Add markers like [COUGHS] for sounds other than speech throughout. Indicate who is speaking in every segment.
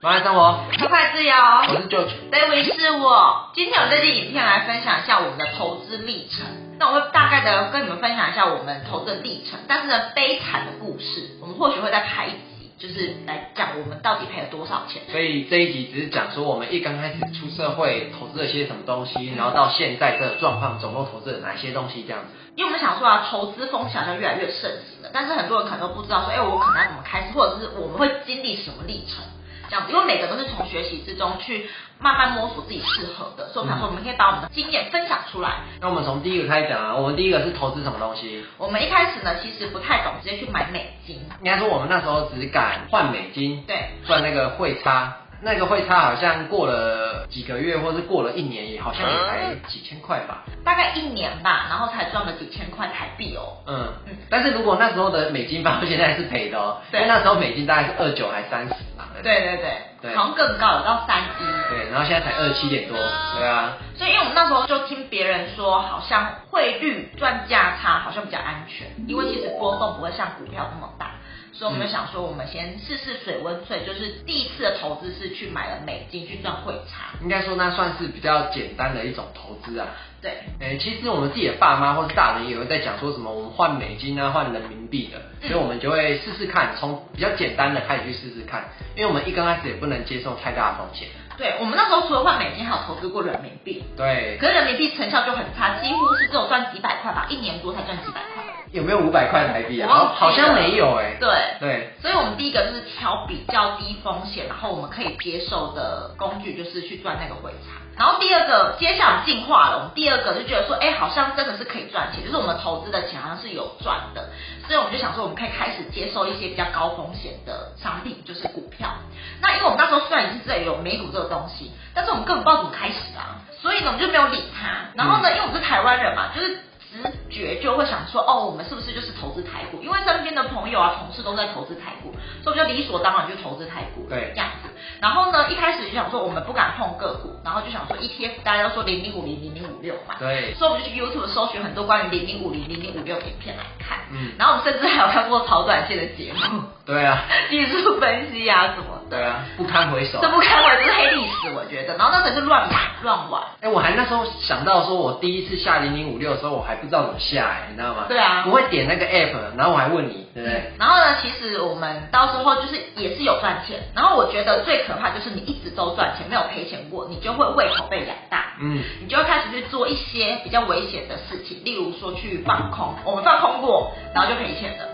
Speaker 1: 麻烦生活，
Speaker 2: 快快自由，
Speaker 1: 我是 George。
Speaker 2: David 是我。今天我这支影片来分享一下我们的投资历程。那我会大概的跟你们分享一下我们投资的历程，但是呢，悲惨的故事，我们或许会在排一集，就是来讲我们到底赔了多少钱。
Speaker 1: 所以这一集只是讲说我们一刚开始出社会投资了些什么东西，然后到现在的状况，总共投资了哪些东西这样子。
Speaker 2: 因为我们想说啊，投资风险好像越来越盛行了，但是很多人可能都不知道说，哎、我可能要怎么开始，或者是我们会经历什么历程。这样子，因为每个都是从学习之中去慢慢摸索自己适合的，所以我们想说，我们可以把我们的经验分享出来。
Speaker 1: 那我们从第一个开始讲啊，我们第一个是投资什么东西？
Speaker 2: 我们一开始呢，其实不太懂，直接去买美金。
Speaker 1: 应该说我们那时候只敢换美金，
Speaker 2: 对，
Speaker 1: 赚那个汇差。那个汇差好像过了几个月，或是过了一年，也好像也才几千块吧。
Speaker 2: 大概一年吧，然后才赚了几千块台币哦。
Speaker 1: 嗯
Speaker 2: 嗯，
Speaker 1: 但是如果那时候的美金放到现在是赔的哦，因
Speaker 2: 对
Speaker 1: 为那时候美金大概是二九还三十吧。
Speaker 2: 对对对，
Speaker 1: 对
Speaker 2: 好像更高，有到三一。
Speaker 1: 对，然后现在才二七点多，对啊，
Speaker 2: 所以，因为我们那时候就听别人说，好像汇率赚价差好像比较安全，因为其实波动不会像股票那么大。所以我们就想说，我们先试试水温水，就是第一次的投资是去买了美金去赚汇差。
Speaker 1: 应该说那算是比较简单的一种投资啊。
Speaker 2: 对，
Speaker 1: 哎、其实我们自己的爸妈或是大人也会在讲说什么我们换美金啊，换人民币的，
Speaker 2: 嗯
Speaker 1: 所以我们就会试试看，从比较简单的开始去试试看，因为我们一刚开始也不能接受太大的风险。
Speaker 2: 对我们那时候除了换美金，还有投资过人民币，
Speaker 1: 对，
Speaker 2: 可是人民币成效就很差，几乎是只有赚几百块吧，一年多才赚几百块。
Speaker 1: 有没有五百块台币啊？
Speaker 2: 我忘记了
Speaker 1: 好像没有哎、
Speaker 2: 对，
Speaker 1: 对，
Speaker 2: 所以我们第一个就是挑比较低风险，然后我们可以接受的工具，就是去赚那个回差。然后第二个，接下来我们进化了，我们第二个就觉得说，哎，好像真的是可以赚钱，就是我们投资的钱好像是有赚的，所以我们就想说，我们可以开始接受一些比较高风险的商品，就是股票。那因为我们那时候虽然已经知道有美股这个东西，但是我们根本不知道怎么开始啊，所以呢，我们就没有理它。然后呢，因为我们是台湾人嘛，就是直觉就会想说，哦，我们是不是就是投资台股？因为身边的朋友啊、同事都在投资台股，所以我们就理所当然就投资台股，
Speaker 1: 对
Speaker 2: 这样子。然后呢，一开始就想说我们不敢碰个股，然后就想说 ETF，大家都说零零五零、零零五六嘛，
Speaker 1: 对，
Speaker 2: 所以我们就去 YouTube 搜寻很多关于零零五零、零零五六的影片来看。
Speaker 1: 嗯，
Speaker 2: 然后我们甚至还有看过炒短线的节目，
Speaker 1: 对啊，
Speaker 2: [LAUGHS] 技术分析啊什么的。
Speaker 1: 对啊，不堪回首
Speaker 2: 这。不堪为这是黑历史，我觉得。然后那时候就乱买乱玩，
Speaker 1: 哎、我还那时候想到说，我第一次下零零五六的时候，我还不知道怎么下、哎，你知道吗？
Speaker 2: 对啊
Speaker 1: 我会点那个 app，然后我还问你，对不对？
Speaker 2: 然后呢，其实我们到时候就是也是有赚钱，然后我觉得最可怕就是你一直都赚钱，没有赔钱过，你就会胃口被养大。
Speaker 1: 嗯，
Speaker 2: 你就会开始去做一些比较危险的事情，例如说去放空，我们放空过，然后就赔钱了。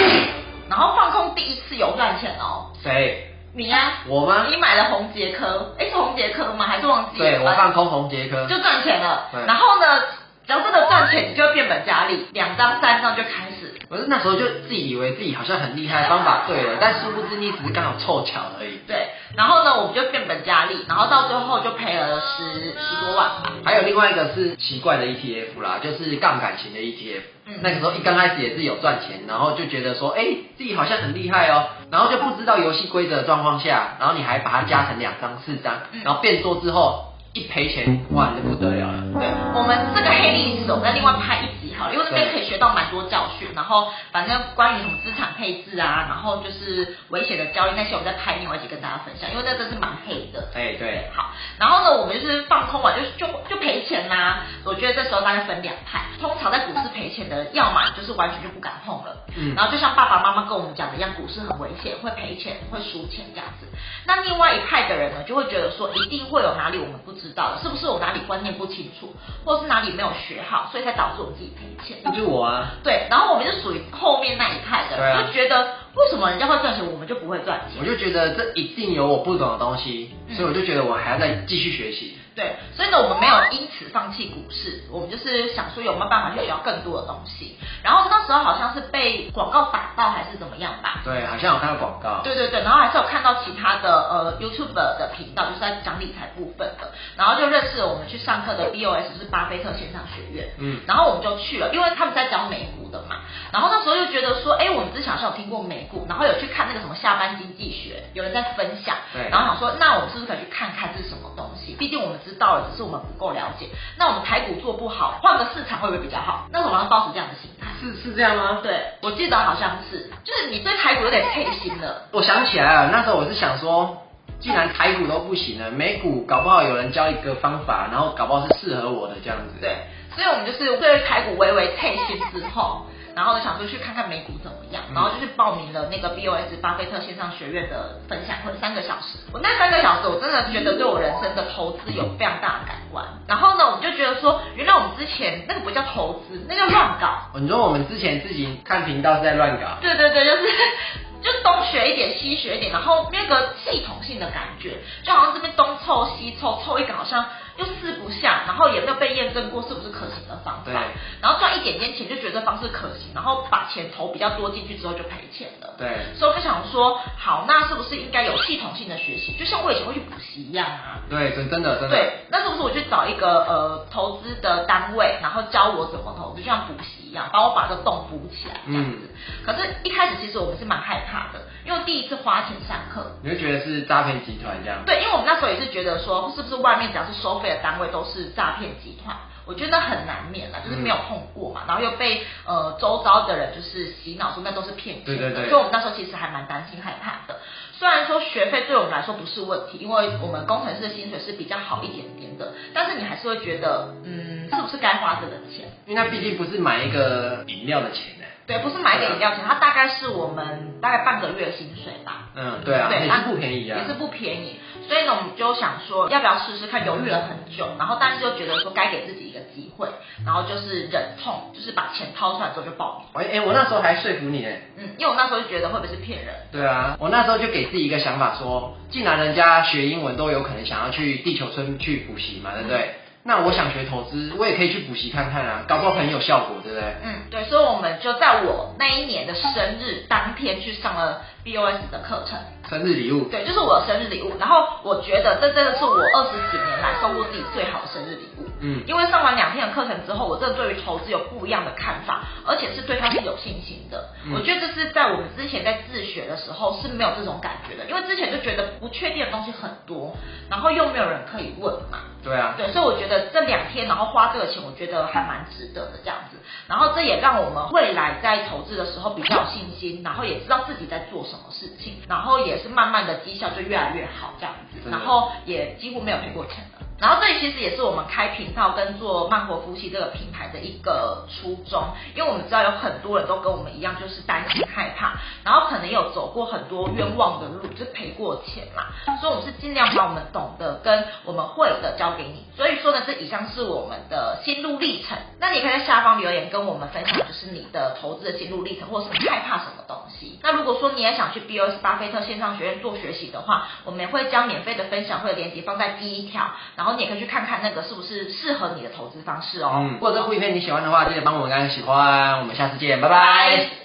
Speaker 2: [COUGHS] 然后放空第一次有赚钱哦，
Speaker 1: 嗯谁？
Speaker 2: 你呀、
Speaker 1: 我吗？
Speaker 2: 你买了红杰科，哎是红杰科吗？还是忘记了？
Speaker 1: 对，我放空红杰科。
Speaker 2: 就赚钱了
Speaker 1: 对。
Speaker 2: 然后呢，只要真的赚钱，你就会变本加厉，两张三张就开始。
Speaker 1: 我是那时候就自己以为自己好像很厉害，方法对了，但殊不知你只是刚好凑巧而已。
Speaker 2: 对，然后呢，我们就变本加厉，然后到最后就赔了十十多万吧。
Speaker 1: 还有另外一个是奇怪的 ETF 啦，就是杠杆型的 ETF。
Speaker 2: 嗯
Speaker 1: 那个时候一刚开始也是有赚钱，然后就觉得说，哎、自己好像很厉害哦，然后就不知道游戏规则的状况下，然后你还把它加成两张、四张，
Speaker 2: 嗯
Speaker 1: 然后变多之后一赔钱，哇，那不得了了。
Speaker 2: 对，我们这个黑历史，我们再另外拍一集好了，因为那边可以学到蛮多教训。然后，反正关于什么资产配置啊，然后就是危险的交易那些，我们再拍另外一集跟大家分享，因为那真是蛮黑的。
Speaker 1: 哎、对，
Speaker 2: 好，然后呢，我们就是放空完就就就赔钱啦、我觉得这时候大家分两派，通常在股市赔钱的人，要么就是完全就不敢碰了，
Speaker 1: 嗯
Speaker 2: 然后就像爸爸妈妈跟我们讲的一样，股市很危险，会赔钱，会输钱这样子。那另外一派的人呢，就会觉得说，一定会有哪里我们不知道的，是不是我哪里观念不清楚，或是哪里没有学好，所以才导致我自己赔钱。
Speaker 1: 那就是我啊。
Speaker 2: 对，然后我们是属于后面那一派的，
Speaker 1: 对啊
Speaker 2: 就觉得为什么人家会赚钱，我们就不会赚钱
Speaker 1: 我？就觉得这一定有我不懂的东西，
Speaker 2: 嗯
Speaker 1: 所以我就觉得我还要再继续学习。
Speaker 2: 对，所以呢，我们没有因此放弃股市，我们就是想说有没有办法去学到更多的东西。然后那时候好像是被广告打到还是怎么样吧。
Speaker 1: 对，好像有看到广告。
Speaker 2: 对对对，然后还是有看到其他的呃 YouTube 的频道，就是在讲理财部分的，然后就认识了我们去上课的 BOS，就是巴菲特线上学院。
Speaker 1: 嗯，
Speaker 2: 然后我们就去了，因为他们在讲美股的嘛。然后那时候就觉得说，哎，我们之前好像有听过美股，然后有去看那个什么下班经济学，有人在分享，
Speaker 1: 对
Speaker 2: 然后想说，那我们是不是可以去看看是什么东西？毕竟我们知道了，只是我们不够了解。那我们台股做不好，换个市场会不会比较好？那时候好像抱持这样的心态。
Speaker 1: 是是这样吗？
Speaker 2: 对，我记得好像是，就是你对台股有点配心了。
Speaker 1: 我想起来了，那时候我是想说，既然台股都不行了，美股搞不好有人教一个方法，然后搞不好是适合我的这样子。
Speaker 2: 对，所以我们就是对台股微微退心之后，然后想说去看看美股怎么样，然后就去报名了那个 BOS 巴菲特线上学院的分享会，三个小时。我那三个小时，我真的觉得对我人生的投资有非常大的改观。然后呢，我们就觉得说，原来我们之前那个不叫投资，那叫乱搞。
Speaker 1: 哦，你说我们之前自己看频道是在乱搞，
Speaker 2: 对对对，就是就东学一点，西学一点，然后那个系统性的感觉，就好像这边东凑西凑，凑一个好像又四不像，然后也没有被验证过是不是可行的方法
Speaker 1: 对，
Speaker 2: 然后赚一点点钱就觉得这方式可行，然后把钱投比较多进去之后就赔钱了。
Speaker 1: 对，
Speaker 2: 所以我们想说，好，那是不是应该有系统性的学习？就像我以前会去补习一样啊。
Speaker 1: 对，真真的真的，
Speaker 2: 对，那是不是我去找一个呃投资的单位，然后教我怎么投资，就像补习一样，帮我把这洞补起来这样
Speaker 1: 嗯
Speaker 2: 子。可是，一开始其实我们是蛮害怕的，因为第一次花钱上课。
Speaker 1: 你会觉得是诈骗集团这样。
Speaker 2: 对，因为我们那时候也是觉得说，是不是外面只要是收费的单位都是诈骗集团？我觉得很难免啦，就是
Speaker 1: 嗯
Speaker 2: 没有碰过嘛，然后又被呃周遭的人就是洗脑说那都是骗钱的，
Speaker 1: 对对对
Speaker 2: 所以我们那时候其实还蛮担心害怕的。虽然说学费对我们来说不是问题，因为我们工程师的薪水是比较好一点点的，但是你还是会觉得，嗯，是不是该花这个钱？
Speaker 1: 因为那毕竟不是买一个饮料的钱呢、
Speaker 2: 对，不是买给饮料钱，它大概是我们大概半个月的薪水吧。
Speaker 1: 嗯，对啊，
Speaker 2: 对
Speaker 1: 也
Speaker 2: 它
Speaker 1: 是不便宜啊
Speaker 2: 也。是不便宜。所以呢，我们就想说要不要试试看，犹豫了很久，然后但是又觉得说该给自己一个机会，然后就是忍痛，就是把钱掏出来之后就报名。
Speaker 1: 哎、哎、我那时候还说服你哎、
Speaker 2: 嗯，因为我那时候就觉得会不会是骗人？
Speaker 1: 对啊，我那时候就给自己一个想法说，既然人家学英文都有可能想要去地球村去补习嘛，对不对？那我想学投资，我也可以去补习看看啊，搞不好很有效果，对不对？
Speaker 2: 嗯，对，所以我们就在我那一年的生日当天去上了 BOS 的课程。
Speaker 1: 生日礼物，
Speaker 2: 对，就是我的生日礼物。然后我觉得这真的是我二十几年来送过自己最好的生日礼物。
Speaker 1: 嗯，
Speaker 2: 因为上完两天的课程之后，我真的对于投资有不一样的看法，而且是对它是有信心的。
Speaker 1: 嗯
Speaker 2: 我觉得这是在我们之前在自学的时候是没有这种感觉的，因为之前就觉得不确定的东西很多，然后又没有人可以问嘛。
Speaker 1: 对啊，
Speaker 2: 对，所以我觉得这两天然后花这个钱，我觉得还蛮值得的这样子。然后这也让我们未来在投资的时候比较有信心，然后也知道自己在做什么事情，然后也是慢慢的绩效就越来越好这样子，
Speaker 1: 真的
Speaker 2: 然后也几乎没有赔过钱了。然后这里其实也是我们开频道跟做慢活夫妻这个平台的一个初衷，因为我们知道有很多人都跟我们一样，就是担心害怕，然后可能有走过很多冤枉的路，就是赔过钱嘛，所以我们是尽量把我们懂得跟我们会的教给你。所以说呢，这以上是我们的心路历程。那你可以在下方留言跟我们分享，就是你的投资的心路历程，或者是你害怕什么东西。那如果说你也想去 BOS 巴菲特线上学院做学习的话，我们也会将免费的分享会的链接放在第一条，然后你也可以去看看那个是不是适合你的投资方式哦。
Speaker 1: 嗯，如果这部影片你喜欢的话，记得帮我们按喜欢，我们下次见，拜
Speaker 2: 拜
Speaker 1: 拜
Speaker 2: 拜。